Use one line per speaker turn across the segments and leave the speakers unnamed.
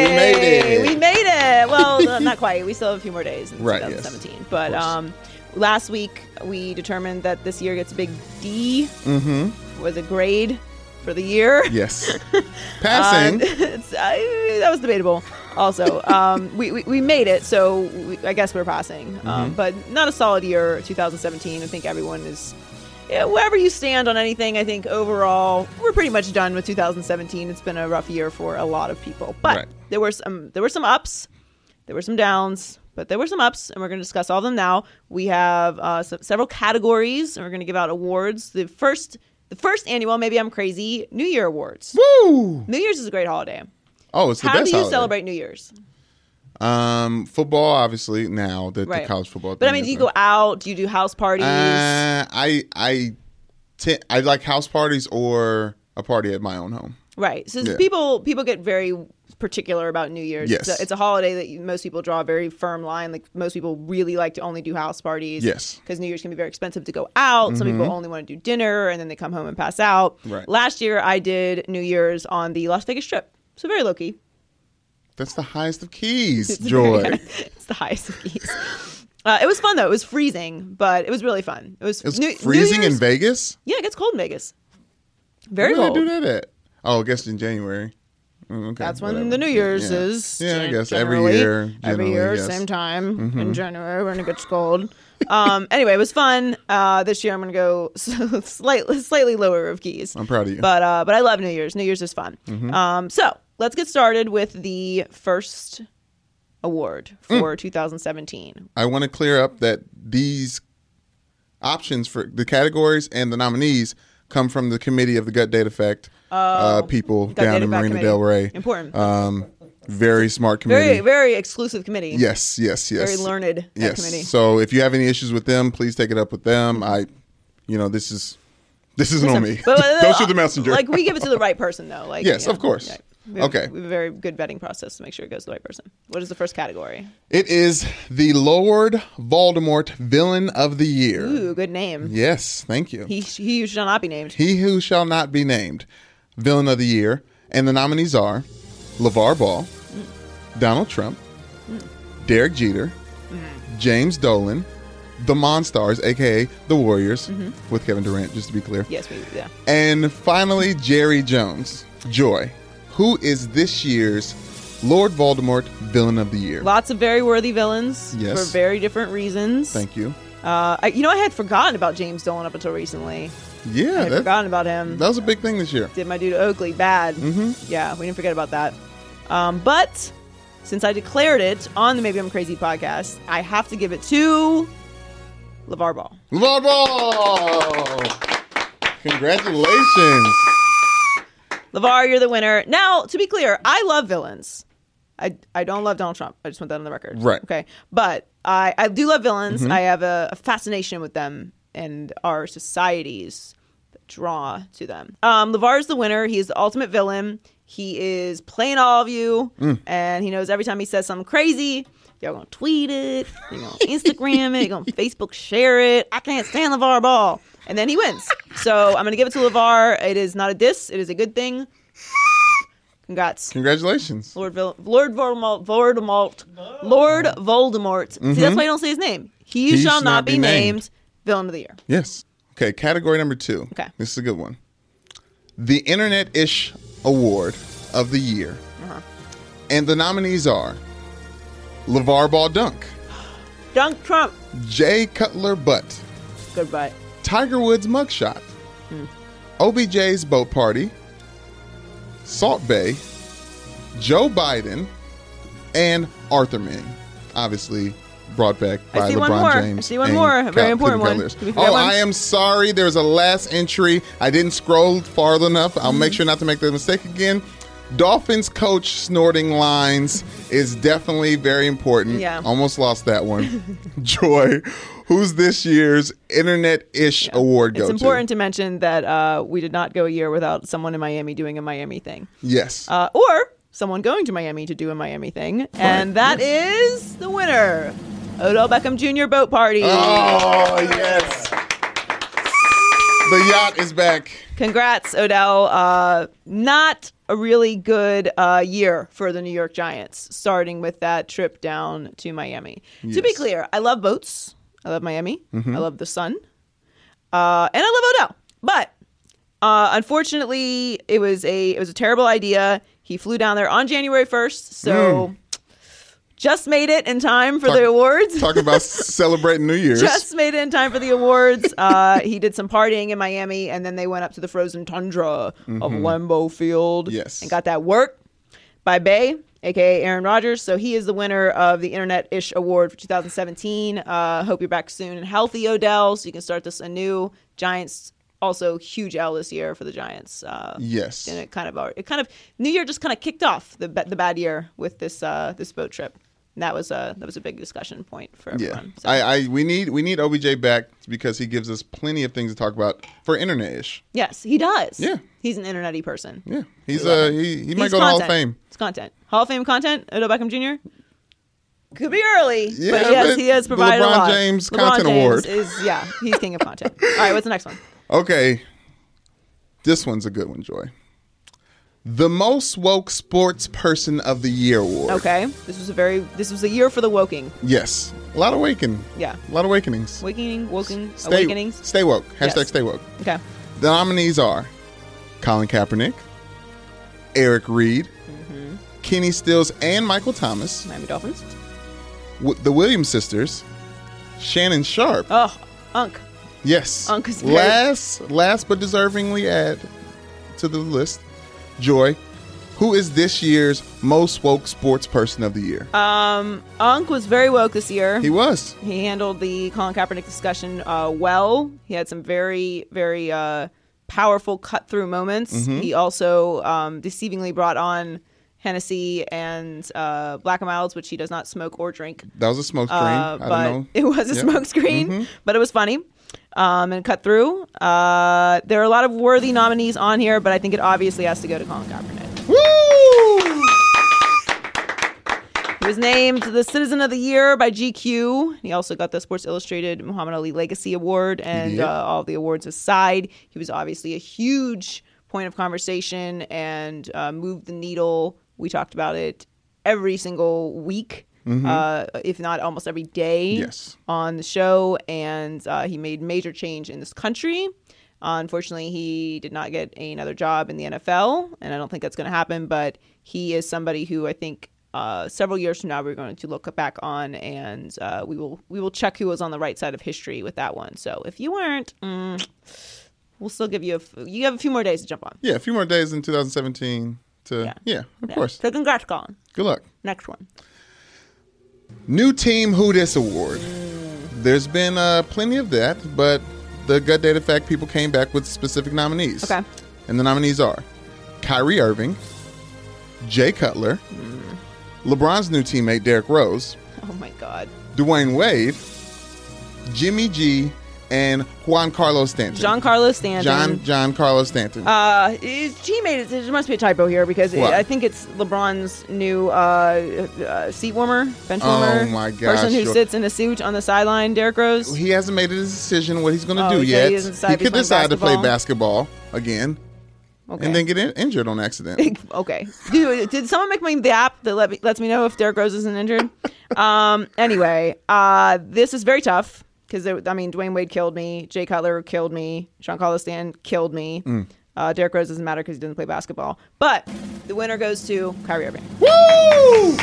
We made it.
We made it. Well, uh, not quite. We still have a few more days in
Right, yes.
2017. But um, last week, we determined that this year gets a big D
Mm-hmm.
was a grade for the year.
Yes.
Uh,
Passing.
it's- I- that was debatable. Also, um, we, we, we made it, so we, I guess we're passing.
Mm-hmm.
Um, but not a solid year, 2017. I think everyone is, yeah, wherever you stand on anything, I think overall we're pretty much done with 2017. It's been a rough year for a lot of people, but
Right.
there were some there were some ups, there were some downs. But there were some ups, and we're going to discuss all of them now. We have uh, se- several categories, and we're going to give out awards. The first, the first annual, maybe I'm crazy, New Year awards.
Woo!
New Year's is a great holiday.
Oh, it's the
How
best
do you
holiday.
celebrate New Year's?
Um, football, obviously. Now the,
Right.
the college football.
But I
thing
mean, do
is
you
done.
go out? Do you do house parties?
Uh, I I te- I like house parties or a party at my own home.
right. So
yeah.
people people get very particular about New Year's.
Yes.
It's, a, it's a holiday that you, most people draw a very firm line. Like most people really like to only do house parties.
Yes. Mm-hmm.
Because New Year's can be very expensive to go out. Some people only want to do dinner and then they come home and pass out.
Right.
Last year I did New Year's on the Las Vegas Strip. So very low key.
That's the highest of keys, joy.
it's the highest of keys. Uh, it was fun though. It was freezing, but it was really fun. It was,
It was
New- New
freezing in
Year's-
Vegas.
Yeah, it gets cold in Vegas. Very
Where
cold.
did I do that at? Oh, I guess in January. Mm, okay,
That's when
whatever.
the New Year's
Yeah.
is.
Yeah, I
gen-
guess every
generally.
year,
Every
generally,
year,
yes. Mm-hmm.
same time in January when it gets cold. um, anyway, it was fun. Uh, this year I'm going to go slightly slightly lower of keys.
I'm proud of you. Mm-hmm.
But uh, but I love New Year's. New Year's is fun. Um, so let's get started with the first award
Mm.
for 2017.
I want to clear up that these options for the categories and the nominees come from the committee of the Gut Date Effect uh, people
Got Oh,
down
data
in
back
Marina
committee.
Del Rey.
Important.
Um, very smart committee.
very very exclusive committee.
yes, yes, yes.
Very learned that
yes.
committee.
So if you have any issues with them, please take it up with them. I, you know, this is this isn't on me. Don't shoot the messenger.
uh, Like we give it to the right person though. Like
Yes,
you know,
of course.
We have-
Okay.
We have a very good vetting process to make sure it goes to the right person. What is the first category?
it is the Lord Voldemort Villain of the Year.
Ooh, good name.
Yes, thank you.
He he should not be named.
He Who Shall Not Be Named, Villain of the Year. And the nominees are LeVar Ball, Donald Trump, Derek Jeter, James Dolan, the Monstars, aka the Warriors,
Mm-hmm.
with Kevin Durant, just to be clear.
Yes, we yeah.
And finally, Jerry Jones, Joy, who is this year's Lord Voldemort Villain of the Year.
Lots of very worthy villains
Yes.
for very different reasons.
Thank you.
Uh, I, you know, I had forgotten about James Dolan up until recently. I
Yeah,
had
that,
forgotten about him.
that was a big thing this year.
did my dude Oakley bad. Mm-hmm. Yeah, we didn't forget about that. Um, but since I declared it on the Maybe I'm Crazy podcast, I have to give it to LeVar Ball.
LeVar Ball! Congratulations.
LeVar, you're the winner. Now, to be clear, I love villains. I, I don't love Donald Trump. I just want that on the record.
Right.
Okay. But I, I do love villains. I have a, a fascination with them and our societies that draw to them. Um, LeVar is the winner. He is the ultimate villain. He is playing all of you, and he knows every time he says something crazy, y'all gonna tweet it, you're gonna Instagram it, you're gonna Facebook share it. I can't stand LeVar Ball. And then he wins. So I'm gonna give it to LeVar. It is not a diss, it is a good thing. Congrats.
Congratulations.
Lord Vil- Lord Voldemort, Voldemort, Lord Voldemort. See, that's why I don't say his name. Mm-hmm. He, shall not, be named. villain of the year.
Yes. Okay, category number two.
Okay.
This is a good one. The Internet Ish Award of the Year.
Uh-huh.
And the nominees are LeVar Ball Dunk,
Dunk Trump.
Jay Cutler Butt,
Goodbye.
Tiger Woods Mugshot,
Hmm.
OBJ's Boat Party, Salt Bay, Joe Biden, and Arthur Ming. Obviously, brought back
I
by
see
LeBron
one more. I
James.
see one
and
more. Very
Cal-
important
Cleveland
one.
Cavaliers.
We got
Oh,
one.
I am sorry. There's a last entry. I didn't scroll far enough. I'll make
Mm-hmm.
sure not to make the mistake again. Dolphins coach snorting lines is definitely very important.
Yeah.
Almost lost that one. Joy, who's this year's internet ish award go
It's important to mention that uh, we did not go a year without someone in Miami doing a Miami thing,
Yes.
uh, or someone going to Miami to do a Miami thing, and that is the winner, Odell Beckham Jr. Boat Party.
oh, yes. The yacht is back.
Congrats, Odell. Uh, not a really good uh, year for the New York Giants, starting with that trip down to Miami. To be
Yes. Mm-hmm.
clear, I love boats. I love Miami. I love the sun. Uh, and I love Odell. But uh, unfortunately, it was a it was a terrible idea. He flew down there on January 1st, so just made it in time for
Mm. Talk-
the awards.
Talking about celebrating New Year's.
Just made it in time for the awards. Uh, he did some partying in Miami, and then they went up to the frozen tundra of Lambeau Field.
Mm-hmm. Yes.
and got that work by Bay, aka Aaron Rodgers. So he is the winner of the Internet Ish Award for 2017. Uh, hope you're back soon and healthy, Odell, so you can start this anew. Giants also huge L this year for the Giants. Uh,
Yes.
and it kind of alre- it kind of New Year just kind of kicked off the ba- the bad year with this uh, this boat trip. And that was a that was a big discussion point for
Yeah,
everyone. So-
I, I we need we need OBJ back because he gives us plenty of things to talk about for internet ish.
Yes, he does.
Yeah.
He's an internety person.
Yeah, he's uh he, he might
He's
go
content.
to Hall of Fame.
It's content. Hall of Fame content, Odell Beckham Jr. Could be early,
Yeah,
but yes,
but
he has
the
provided
LeBron
a lot.
James Content Award.
is yeah, he's king of content. All right, what's the next one?
Okay, this one's a good one, Joy. The most woke sports person of the year award.
Okay, this was a very this was a year for the woking,
Yes, a lot of waking.
Yeah.
a lot of awakenings.
waking, woking,
Stay,
awakenings.
Stay woke. Hashtag
Yes.
stay woke.
Okay,
The nominees are Colin Kaepernick, Eric Reed,
Mm-hmm.
Kenny Stills, and Michael Thomas.
Miami Dolphins.
w- the Williams sisters, Shannon Sharp.
Oh, Unk.
yes.
Uncle Spirit.
last, last but deservingly add to the list, Joy, who is this year's most woke sports person of the year?
Uh, Unk was very woke this year.
he was.
He handled the Colin Kaepernick discussion uh, well. He had some very, very uh, powerful cut through moments.
Mm-hmm.
He also um, deceivingly brought on Hennessy and uh, Black and Milds, which he does not smoke or drink.
That was a smoke screen.
Uh,
I don't
but
know. Mm-hmm.
it was a
Yep.
smoke screen, but it was funny um, and cut through. Uh, there are a lot of worthy nominees on here, but I think it obviously has to go to Colin Kaepernick.
Woo!
He was named the Citizen of the Year by GQ. He also got the Sports Illustrated Muhammad Ali Legacy Award and
did.
uh, all the awards aside. He was obviously a huge point of conversation and uh, moved the needle. We talked about it every single week, uh, if not almost every day
Mm-hmm. Yes.
on the show, and uh, he made major change in this country. Uh, unfortunately, he did not get another job in the NFL, and I don't think that's going to happen. But he is somebody who I think uh, several years from now we're going to look back on, and uh, we will we will check who was on the right side of history with that one. So if you weren't, mm, we'll still give you a f- you have a few more days to jump on.
Yeah, a few more days in 2017 to. Yeah, of
Yeah.
course.
So congrats, Colin.
Good luck.
Next one.
New Team Who Dis Award. There's been uh, plenty of that, but the Gut Data Fact people came back with specific nominees.
Okay.
And the nominees are Kyrie Irving, Jay Cutler, LeBron's new teammate Derrick Rose,
Oh my God,
Dwayne Wade, Jimmy G, and Juan Carlos Stanton.
John Carlos Stanton.
John John Carlos Stanton.
Uh, is- G made it. There must be a typo here because it,
What?
I think it's LeBron's new uh, uh, seat warmer, bench
Oh
warmer.
my
Person who
gosh.
sits in a suit on the sideline, Derrick Rose.
he hasn't made his decision what he's going to
Oh,
do
so he
yet.
doesn't decide if he's
could
playing
decide to play
basketball?
basketball again
okay.
and then get in- injured on accident.
okay. Dude, did someone make me the app that let me, lets me know if Derrick Rose isn't injured? um. Anyway, uh, this is very tough because I mean, Dwayne Wade killed me, Jay Cutler killed me, Sean Carlos Stan killed me.
Mm.
Uh, Derrick Rose doesn't matter because he doesn't play basketball. But the winner goes to Kyrie Irving.
Woo!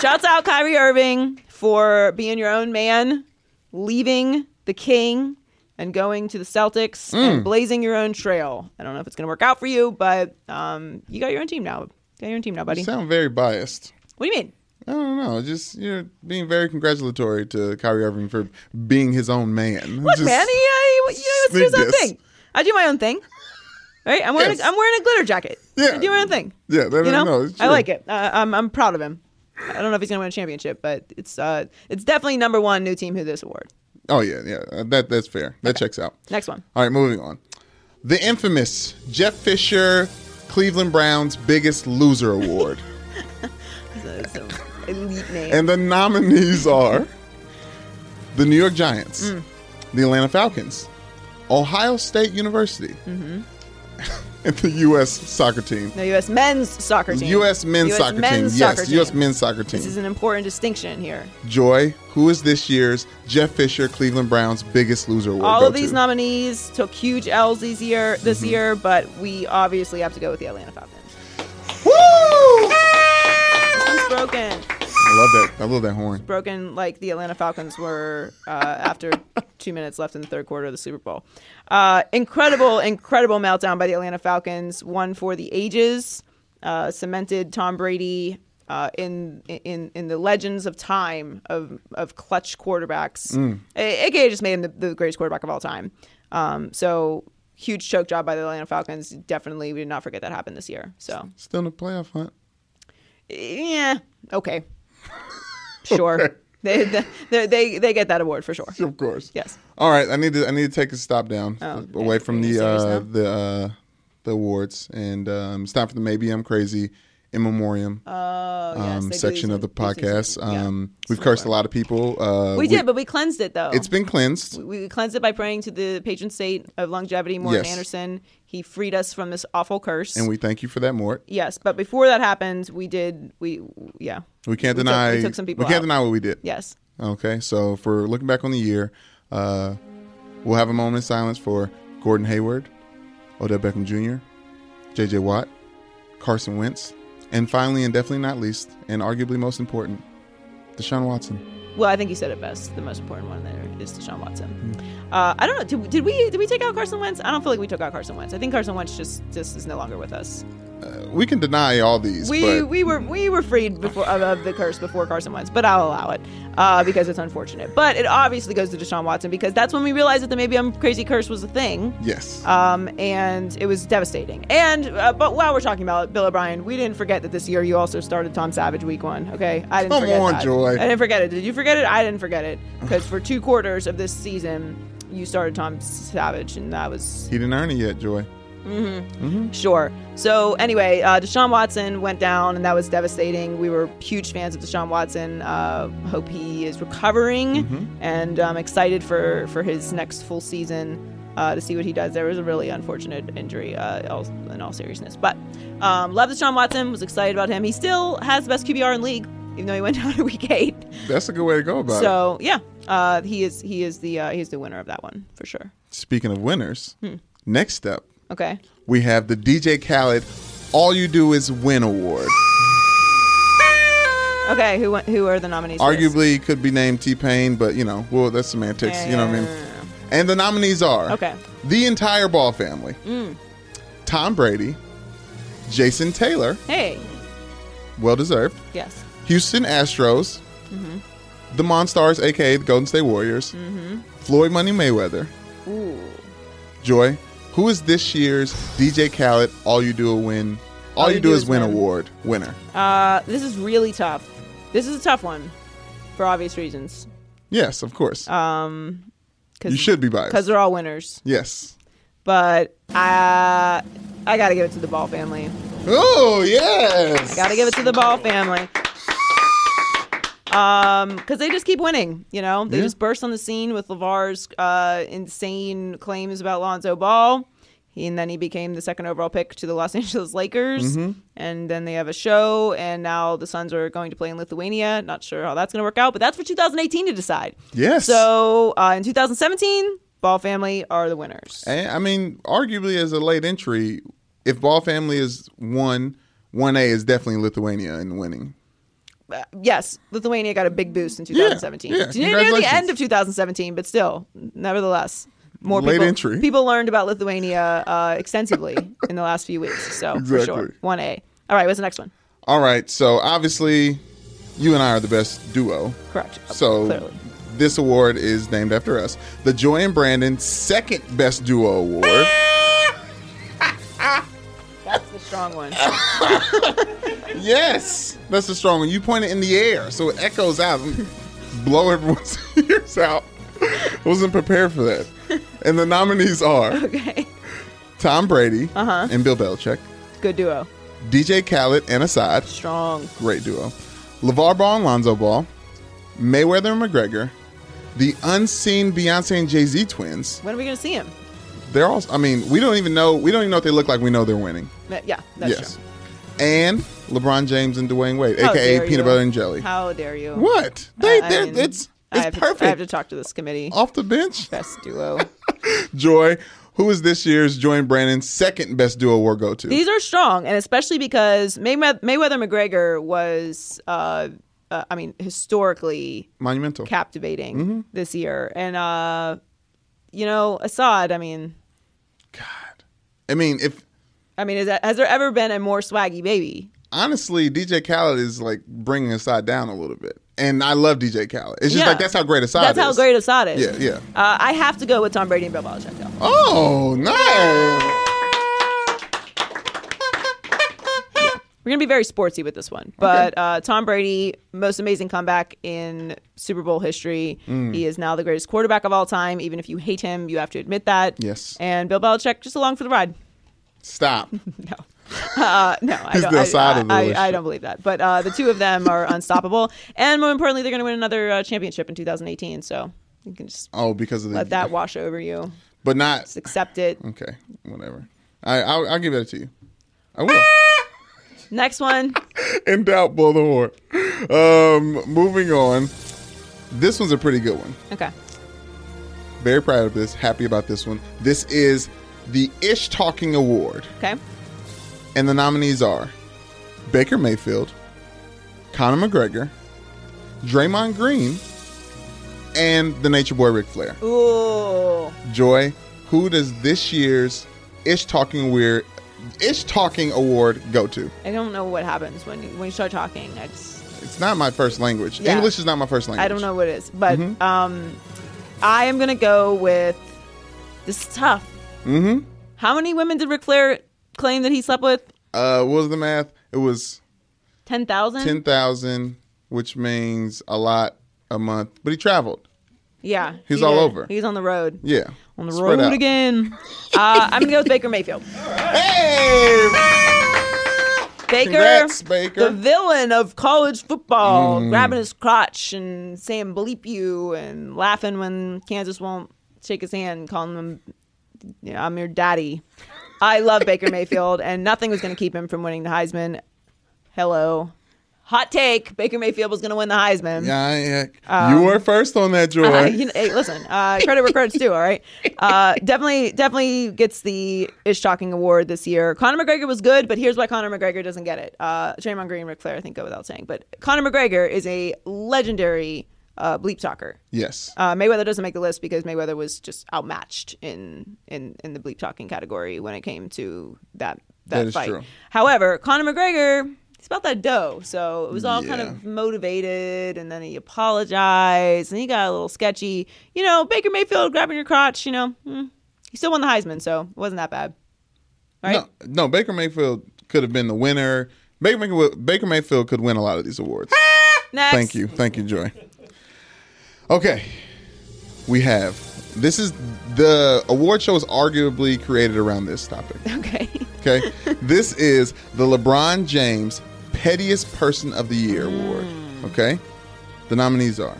Shouts out Kyrie Irving for being your own man, leaving the King and going to the Celtics
Mm.
and blazing your own trail. I don't know if it's going to work out for you, but um, you got your own team now. You got your own team now, buddy.
You sound very biased.
What do you mean?
I don't know. Just you're being very congratulatory to Kyrie Irving for being his own man.
What
Just-
man? He, I, you know,
sneak
let's do his own
this.
thing. I do my own thing. Right? I'm wearing
Yes.
a, I'm wearing a glitter jacket.
Yeah.
I do my own thing.
Yeah, that-
you know,
no, it's
I
true.
like it. I, I'm I'm proud of him. I don't know if he's gonna win a championship, but it's uh it's definitely number one new team who this award.
Oh yeah, yeah. Uh, That that's fair. That checks out.
Next one.
All right, moving on. The infamous Jeff Fisher, Cleveland Browns Biggest Loser Award,
So it's an elite name.
and the nominees are the New York Giants,
Mm.
the Atlanta Falcons, Ohio State University,
Mm-hmm.
and the U.S. Soccer team.
the U.S. men's soccer team.
U.S. men's
US
soccer
men's
team. Yes,
soccer
U.S.
team.
men's soccer team.
This is an important distinction here.
Joy, who is this year's Jeff Fisher Cleveland Browns Biggest Loser Award?
All
go
of these
to? Mm-hmm.
nominees took huge L's this year, this year, but we obviously have to go with the Atlanta Falcons.
Woo!
It's broken.
I love that. I love that horn.
broken like the Atlanta Falcons were uh, after two minutes left in the third quarter of the Super Bowl. Uh, incredible, incredible meltdown by the Atlanta Falcons. One for the ages, uh, cemented Tom Brady uh, in in in the legends of time of of clutch quarterbacks. A- AKA just made him the, the greatest quarterback of all time. Um, so. Huge choke job by the Atlanta Falcons. Definitely, we did not forget that happened this year. So,
Still in the playoff hunt.
yeah, okay, sure. They, they they they get that award for sure.
Of course.
Yes. Oh,
All right. I need to. I need to take a stop down f- away
you
from the
serious
uh,
now?
the uh, the awards, and um, it's time for the maybe I'm crazy in memoriam
Oh, yes, they
um,
do
section
these
of the
in- these things
podcast.
in- yeah.
Um, we've cursed a lot of people. Uh,
We, did, but we cleansed it though.
it's been cleansed.
we cleansed it by praying to the patron saint of longevity, Morton
Yes.
Anderson. He freed us from this awful curse.
and we thank you for that, Mort.
yes, but before that happened, we did we yeah.
We can't
took-
deny.
we took some people
We can't
out.
deny what we did.
Yes.
Okay, so if we're looking back on the year, uh, we'll have a moment of silence for Gordon Hayward, Odell Beckham Jr., J.J. Watt, Carson Wentz, and finally, and definitely not least, and arguably most important, Deshaun Watson.
Well, I think you said it best. The most important one there is Deshaun Watson.
Hmm.
Uh, I don't know. Did, did we did we take out Carson Wentz? I don't feel like we took out Carson Wentz. I think Carson Wentz just just is no longer with us.
We can deny all these,
We
but
we were we were freed before of, of the curse before Carson Wentz, but I'll allow it uh, because it's unfortunate. But it obviously goes to Deshaun Watson because that's when we realized that the maybe I'm crazy curse was a thing.
yes,
Um, and it was devastating. And uh, but while we're talking about Bill O'Brien, we didn't forget that this year you also started Tom Savage week one. Okay, I didn't
Come
forget
on,
that.
Joy.
I didn't forget it. Did you forget it? I didn't forget it because for two quarters of this season. You started Tom Savage, and that was
he didn't earn it yet, Joy.
Sure. So anyway, uh, Deshaun Watson went down, and that was devastating. We were huge fans of Deshaun Watson. Uh, hope he is recovering, and um, excited for for his next full season uh, to see what he does. There was a really unfortunate injury, uh, all, in all seriousness. But um, love Deshaun Watson. Was excited about him. He still has the best QBR in league, even though he went down to week eight.
That's a good way to go about it.
So yeah, uh, he is he is the uh, he is the winner of that one for sure.
Speaking of winners,
Hmm.
next up
Okay.
we have the DJ Khaled "All You Do Is Win" award.
Okay. Who went- who are the nominees? for this?
arguably could be named T Pain, but you know, well, that's semantics. You know what I mean? And the nominees are
Okay.
the entire Ball family, Tom Brady, Jason Taylor,
Hey.
well deserved,
Yes.
Houston Astros, the Monstars, aka the Golden State Warriors, Floyd Money Mayweather,
Ooh.
Joy. Who is this year's DJ Khaled All You Do Is Win? All, you, do, is, win, award winner.
Uh, this is really tough. This is a tough one for obvious reasons.
Yes, of course.
Cause,
you should be
Because
biased.
they're all winners.
Yes.
But I, uh, I got to give it to the Ball family.
Oh yes.
Got to give it to the Ball family. Um, because they just keep winning, you know. They
Yeah.
just burst on the scene with Lavar's uh, insane claims about Lonzo Ball, he, and then he became the second overall pick to the Los Angeles Lakers. And then they have a show, and now the Suns are going to play in Lithuania. Not sure how that's going to work out, but that's for 2018 to decide.
Yes.
So uh, in 2017, Ball family are the winners.
And, I mean, arguably as a late entry, if Ball Family is one, one A is definitely Lithuania in winning.
Uh, yes, Lithuania got a big boost in 2017.
yeah,
Near- Near the
congratulations.
end of 2017, but still, nevertheless, more
Late
people,
entry.
people learned about Lithuania uh, extensively in the last few weeks. So for
Exactly.
sure, one A. All right, what's the next one?
All right, so obviously you and I are the best duo.
Correct.
So
Clearly.
this award is named after us. The Joy and Brandon second best duo award.
That's the strong one.
yes, that's a strong one. You point it in the air, so it echoes out, and blow everyone's ears out. Wasn't prepared for that. And the nominees are
Okay. Uh-huh.
Tom Brady and Bill Belichick,
Good duo.
DJ Khaled and Assad,
Strong.
great duo, LeVar Ball and Lonzo Ball, Mayweather and McGregor, the unseen Beyonce and Jay Z twins.
When are we gonna see him?
They're all. I mean, we don't even know. We don't even know what they look like. We know they're winning.
Ma- Yeah, that's
yes.
true.
And LeBron James and Dwayne Wade,
How
aka
dare
peanut
you.
butter and jelly.
How dare you?
What? They,
I- I
they're,
mean,
it's
I
it's
have to-
perfect.
I have to talk to this committee.
Off the bench,
Best duo.
Joy, who is this year's Joy and Brandon's second best duo award go to.
These are strong, and especially because May- Mayweather McGregor was, uh, uh, I mean, historically
Monumental.
captivating
Mm-hmm.
this year, and uh, you know, Assad. I mean,
I mean, if
I mean, is that, has there ever been a more swaggy baby?
honestly, DJ Khaled is like bringing Assad down a little bit, and I love DJ Khaled. It's just
Yeah.
like that's how great Assad
That's
is.
how great Assad is.
Yeah, yeah.
Uh, I have to go with Tom Brady and Bill Belichick. Though.
Oh, nice.
We're gonna be very sportsy with this one, but uh, Tom Brady, most amazing comeback in Super Bowl history.
Mm.
He is now the greatest quarterback of all time. Even if you hate him, you have to admit that.
Yes.
And Bill Belichick just along for the ride.
Stop.
No, uh, no, I
He's
don't.
the
I,
side of the
I- I-
issue.
I don't believe that. But uh, the two of them are unstoppable, and more importantly, they're gonna win another uh, championship in 2018. So you can just
Oh, because of the
let that wash over you.
but not
Just accept it.
okay. Whatever. I I'll, I'll give it to you. I will.
Ah! Next one.
in doubt, blow the horn. Um, moving on. This one's a pretty good one.
Okay.
Very proud of this. Happy about this one. This is the Ish Talking Award,
Okay.
and the nominees are Baker Mayfield, Conor McGregor, Draymond Green, and the Nature Boy Ric Flair.
Ooh.
Joy, who does this year's Ish Talking Weird Ish Talking Award go to?
I don't know what happens when you, when you start talking. I just
It's not my first language.
Yeah.
English is not my first language.
I don't know what it is, but
Mm-hmm.
um, I am gonna go with this is tough. Mm-hmm. How many women did Ric Flair claim that he slept with?
Uh, what was the math? It was
Ten thousand.
ten thousand, which means a lot a month. But he traveled.
Yeah,
He's
he
all
did.
over.
He's on the road.
Yeah.
On the
Spread
road
out.
again. uh, I'm gonna go with Baker Mayfield.
Hey!
Baker,
Congrats, Baker. Mm.
the villain of college football, grabbing his crotch and saying "bleep you" and laughing when Kansas won't shake his hand, calling him yeah, "I'm your daddy." I love Baker Mayfield, and nothing was going to keep him from winning the Heisman. Hello, hot take: Baker Mayfield was going to win the Heisman.
Yeah, yeah. you were first on that, Joy.
Uh, Um, you know, hey, listen, uh, credit where credit's due. All right, uh, definitely, definitely gets the Ish Talking Award this year. Conor McGregor was good, but here's why Conor McGregor doesn't get it. Uh, Draymond Green, Ric Flair, I think go without saying, but Conor McGregor is a legendary uh, bleep talker.
yes.
Uh, Mayweather doesn't make the list because Mayweather was just outmatched in in in the bleep talking category when it came to that that,
That is
fight.
true.
However, Conor McGregor. He's about that dough, so it was all kind
Yeah.
of motivated, and then he apologized, and he got a little sketchy. You know, Baker Mayfield grabbing your crotch. You know, mm, he still won the Heisman, so it wasn't that bad. All right,
No, no, Baker Mayfield could have been the winner. Baker Mayfield, Baker Mayfield could win a lot of these awards.
next.
Thank you. Thank you, Joy. Okay. We have this is the award show is arguably created around this topic.
Okay,
Okay. this is the LeBron James Pettiest Person of the Year award.
Mm.
Okay. The nominees are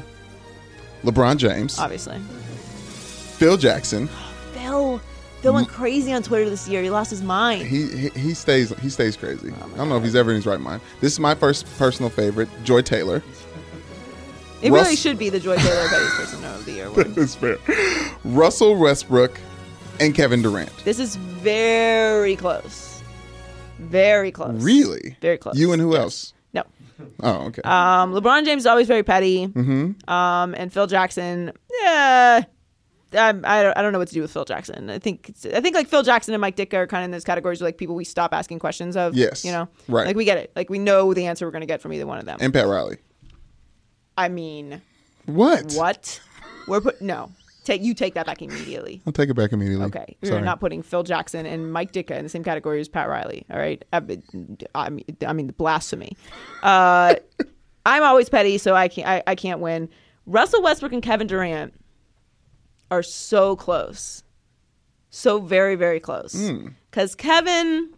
LeBron James,
obviously,
Phil Jackson.
Phil. Phil went crazy on Twitter this year. He lost his mind.
He, he he stays he stays crazy.
Oh
I don't know if he's ever in his right mind. This is my first personal favorite, Joy Taylor.
It
Russ-
really should be the Joy Taylor Petty's Person of the Year award.
That's fair. Russell Westbrook and Kevin Durant.
This is very close. Very close.
Really?
Very close.
You and who else?
No.
Oh, okay.
Um, LeBron James is always very petty. Mm-hmm. Um, and Phil Jackson, yeah. I'm, I, don't, I don't know what to do with Phil Jackson. I think it's, I think like Phil Jackson and Mike Ditka are kind of in those categories where like people we stop asking questions of.
Yes.
You know.
Right.
Like we get it. Like we know the answer we're going to get from either one of them.
and Pat Riley.
I mean,
What?
what? We're put no. Take you take that back immediately.
I'll take it back immediately.
Okay, we are
Sorry.
not putting Phil Jackson and Mike Ditka in the same category as Pat Riley. All right, I mean, I mean, I mean blasphemy. Uh, I'm always petty, so I can't. I, I can't win. Russell Westbrook and Kevin Durant are so close, so very very close.
Hmm.
Because Kevin,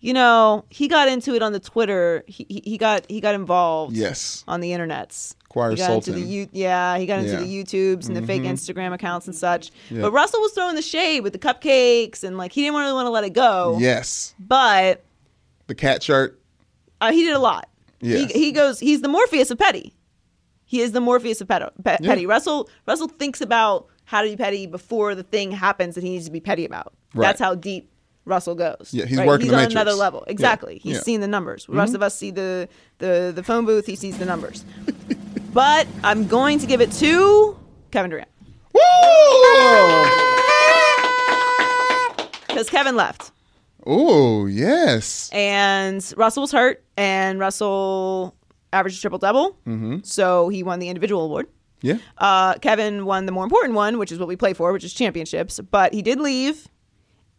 you know, he got into it on the Twitter. He, he he got he got involved.
Yes.
on the internets.
Choir
he got into
Sultan.
the U- yeah, he got into
Yeah. Mm-hmm.
the YouTubes and the fake Instagram accounts and such.
Yeah.
But Russell was throwing the shade with the cupcakes and like he didn't really want to let it go.
Yes.
But
The cat shirt.
uh, he did a lot.
Yes.
He, he goes. He's the Morpheus of petty. He is the Morpheus of pet, pe-
Yeah.
petty. Russell Russell thinks about how to be petty before the thing happens that he needs to be petty about.
Right.
That's how deep Russell goes.
Yeah, he's working
He's
the
on
matrix.
another level.
Yeah.
Exactly. He's
Yeah. Mm-hmm.
seen the numbers. The rest of us see the the the phone booth. He sees the numbers. but I'm going to give it to Kevin Durant
Woo!
because Kevin left.
Oh, yes.
and Russell was hurt, and Russell averaged a triple double, mm-hmm. so he won the individual award.
Yeah.
Uh, Kevin won the more important one, which is what we play for, which is championships. But he did leave,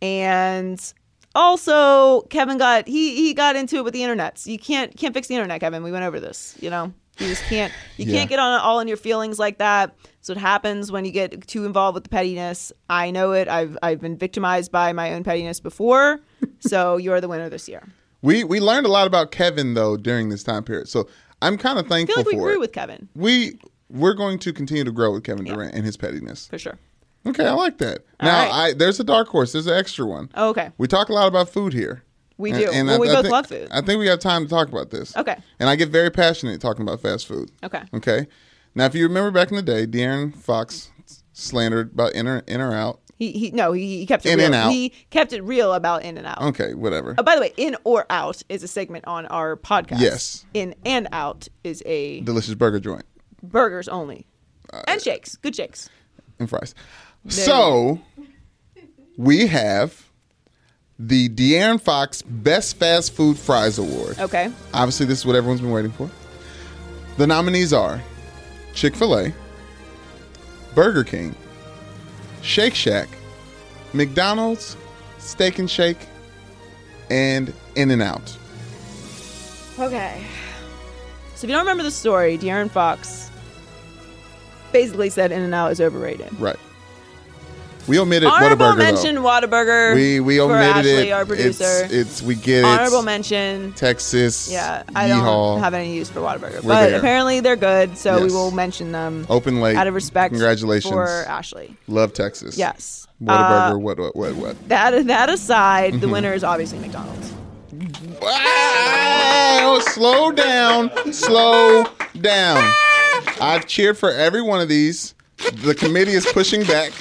and also Kevin got he he got into it with the internet. So you can't can't fix the internet, Kevin. We went over this. You know, you just can't you
Yeah.
can't get on all in your feelings like that. So it happens when you get too involved with the pettiness. I know it. I've I've been victimized by my own pettiness before. so you're the winner this year.
We we learned a lot about Kevin though during this time period. So I'm kind of
I
thankful
feel like we
for
grew
it.
with Kevin
we we're going to continue to grow with Kevin Durant and his pettiness.
for sure.
Okay, I like that. Now
right.
I there's a dark horse. There's an extra one.
Oh, okay.
We talk a lot about food here.
We do. Well, we both
think,
love food.
I think we have time to talk about this.
Okay.
And I get very passionate talking about fast food.
Okay.
Okay. Now, if you remember back in the day, De'Aaron Fox slandered about in or, in or out.
He, he no he, he kept it
In
real.
and out.
He kept it real about in and out.
Okay, whatever.
Oh, by the way, in or out is a segment on our podcast.
Yes.
In and out is a
Delicious burger joint
burgers only
Uh,
and shakes, good shakes.
and fries. So we have the De'Aaron Fox Best Fast Food Fries Award.
Okay.
Obviously, this is what everyone's been waiting for. The nominees are Chick fil A, Burger King, Shake Shack, McDonald's, Steak and Shake, and In N Out.
Okay. So if you don't remember the story, De'Aaron Fox basically said in and out is overrated.
Right. We omitted
Honorable
Whataburger.
mention
though.
Whataburger
We, we
for
omitted
Ashley,
it.
our producer.
It's, it's we get it.
Honorable mention.
Texas.
Yeah, I
Yeehaw.
don't have any use for Whataburger,
We're
but
there.
apparently they're good, so
Yes.
we will mention them
Open late.
out of respect.
Congratulations.
for Ashley.
Love Texas.
Yes.
Whataburger.
Uh,
what, what, what, what?
That that aside,
Mm-hmm.
the winner is obviously McDonald's.
Wow! oh, Slow down. Slow down. I've cheered for every one of these. The committee is pushing back.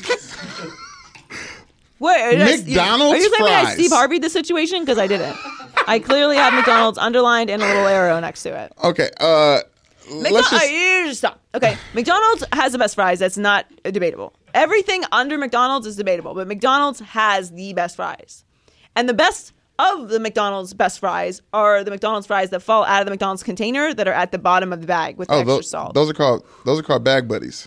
Wait, are you guys-
McDonald's
Are you saying I
fries.
Steve Harvey the situation? Because I didn't. I clearly have McDonald's underlined and a little arrow next to it. oh,
Okay, uh let's
McDonald's.
just
stop. Okay, McDonald's has the best fries. That's not debatable. Everything under McDonald's is debatable, but McDonald's has the best fries, and the best of the McDonald's best fries are the McDonald's fries that fall out of the McDonald's container that are at the bottom of the bag with
Oh,
extra
those,
salt.
those are called those are called bag buddies.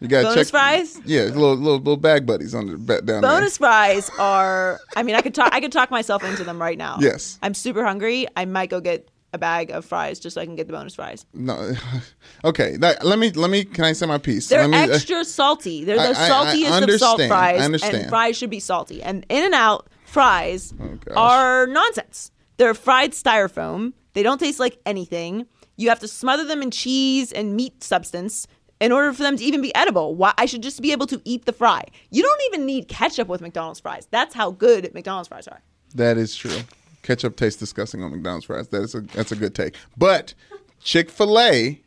You got
Bonus fries?
Yeah, little little little bag buddies under ba- down
Bonus fries are. I mean, I could talk. I could talk myself into them right now.
Yes.
I'm super hungry. I might go get a bag of fries just so I can get the bonus fries.
there. No, okay. that- let me let me. Can I say my piece?
They're
let me, uh,
extra salty. They're
I-
the
I- I
saltiest of salt
understand.
fries.
I understand. Oh,
And fries should be salty. And In and Out fries
gosh.
are nonsense. They're fried styrofoam. They don't taste like anything. You have to smother them in cheese and meat substance in order for them to even be edible. Why I should just be able to eat the fry. You don't even need ketchup with McDonald's fries. That's how good McDonald's fries are.
That is true. Ketchup tastes disgusting on McDonald's fries. That is a that's a good take. But Chick Fil A,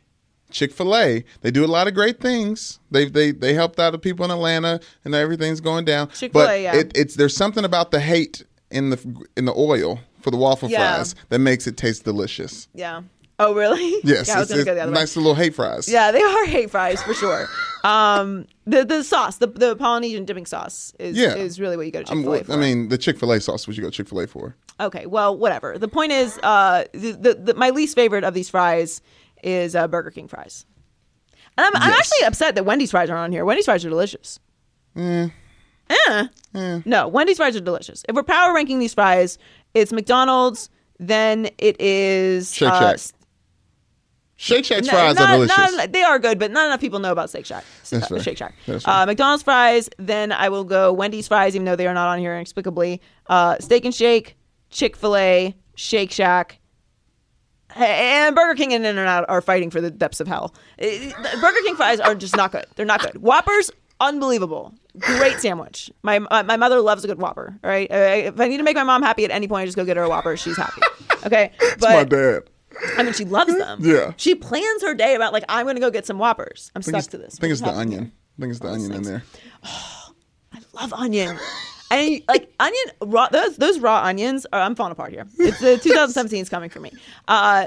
Chick Fil A, they do a lot of great things. They they they helped out the people in Atlanta, and everything's going down.
Chick-fil-A,
But
yeah.
it, it's there's something about the hate in the in the oil for the waffle
Yeah.
fries that makes it taste delicious.
Yeah. Oh really?
Yes,
yeah, I was
it's,
gonna
it's
go the other way.
nice little hate fries.
Yeah, they are hate fries for sure. Um, the the sauce, the the Polynesian dipping sauce is
Yeah.
is really what you go to
I'm-
Chick Fil A for.
I mean, the Chick Fil A sauce. Would you go Chick Fil A for?
okay, well, whatever. The point is, uh, the, the, the my least favorite of these fries is uh, Burger King fries. And I'm, I'm actually upset that Wendy's fries aren't on here. Wendy's fries are delicious.
Mm.
Eh. No, Wendy's fries are delicious. If we're power ranking these fries, it's McDonald's, then it is
Shake
uh,
Shack.
s-
Shake Shack's
no,
fries
not-
are delicious.
not- they are good, but not enough people know about Shake Shack.
That's
Uh,
fair.
Shake Shack.
That's fair.
Uh, McDonald's fries. Then I will go Wendy's fries, even though they are not on here inexplicably. Uh, Steak and Shake, Chick Fil A, Shake Shack. And Burger King and In and Out are fighting for the depths of hell. Uh, Burger King fries are just not good. They're not good. Whoppers, unbelievable. Great sandwich. My my, my mother loves a good Whopper. All right. Uh, if I need to make my mom happy at any point, I just go get her a Whopper. She's happy. Okay. But
That's my dad.
I mean, she loves them.
Yeah.
She plans her day about like I'm gonna go get some Whoppers. I'm
I
stuck
think
to
it's-
this.
I think it's the
What's happening?
onion. I think it's the onion in there.
I love onion. And like onion, raw, those those raw onions. Are, I'm falling apart here. It's uh, the 2017 is coming for me. Uh,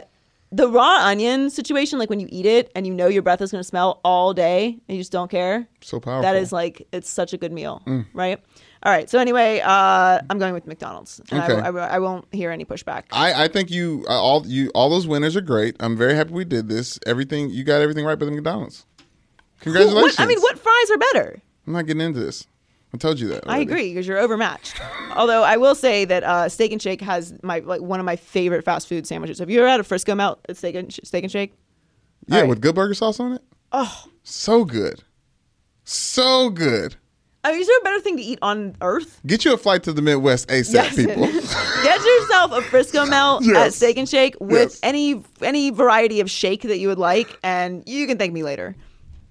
the raw onion situation, like when you eat it and you know your breath is going to smell all day and you just don't care.
So powerful. Mm.
That is like it's such a good meal, right? All right. So anyway, uh, I'm going with McDonald's, and
Okay. Ah,
I, I, I won't hear any pushback.
I, I think you uh, all you all those winners are great. I'm very happy we did this. Everything you got everything right by the McDonald's.
Who-
Congratulations.
what- I mean, what fries are better?
I'm not getting into this. I told you that.
I
already.
agree because you're overmatched. Although I will say that uh, Steak and Shake has my like one of my favorite fast food sandwiches. Have you ever had a Frisco melt at Steak and, Steak and Shake?
Yeah,
All right.
with good burger sauce on it. Oh, so good, so good.
I mean, is there a better thing to eat on earth?
Get you a flight to the Midwest ASAP, people.
Get yourself a Frisco melt at
Yes.
Steak and Shake with
Yes.
any any variety of shake that you would like, and you can thank me later.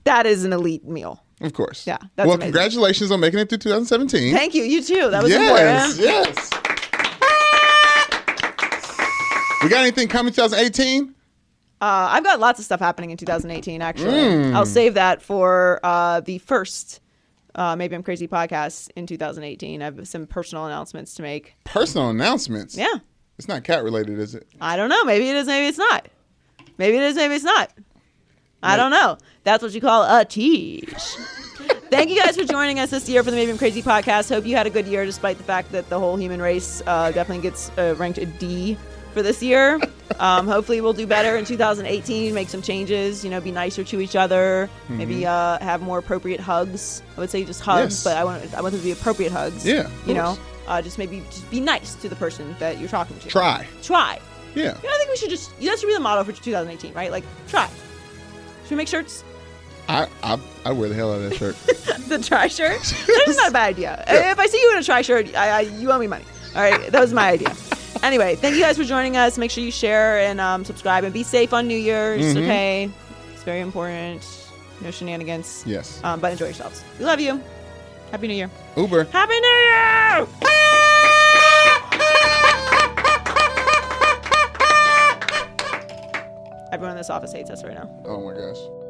That is an elite meal.
of course.
Yeah, that's
Well,
amazing.
congratulations on making it through 2017.
Thank you. You too. That was
yes,
important.
yes. we got anything coming 2018?
Uh, I've got lots of stuff happening in 2018, actually. I'll save that for uh, the first uh, Maybe I'm Crazy podcast in 2018. I have some personal announcements to make.
Personal announcements.
Yeah.
It's not cat related, is it?
I don't know. Maybe it is, maybe it's not. Maybe it is, maybe it's not. I don't know. That's what you call a tease. Thank you guys for joining us this year for the Maybe I'm Crazy podcast. Hope you had a good year, despite the fact that the whole human race uh, definitely gets uh, ranked a D for this year. Um, hopefully, we'll do better in 2018. Make some changes. You know, be nicer to each other. Maybe uh, have more appropriate hugs. I would say just hugs,
Mm-hmm. Yes.
but I want I want them to be appropriate hugs.
Yeah, of
you know,
course.
uh, just maybe just be nice to the person that you're talking to.
Try.
Try.
Yeah.
You know, I think we should just that should be the motto for 2018, right? Like try. Should we make shirts?
I, I I wear the hell out of that shirt.
The try shirt? That is not a bad idea. If I see you in a try shirt, I, I, you owe me money. All right, that was my idea. Anyway, thank you guys for joining us. Make sure you share and um, subscribe and be safe on New Year's. Okay, it's very important. No shenanigans.
Yes.
Um, but enjoy yourselves. We love you. Happy New Year.
Uber.
Happy New Year! Everyone in this office hates us right now.
Oh my gosh.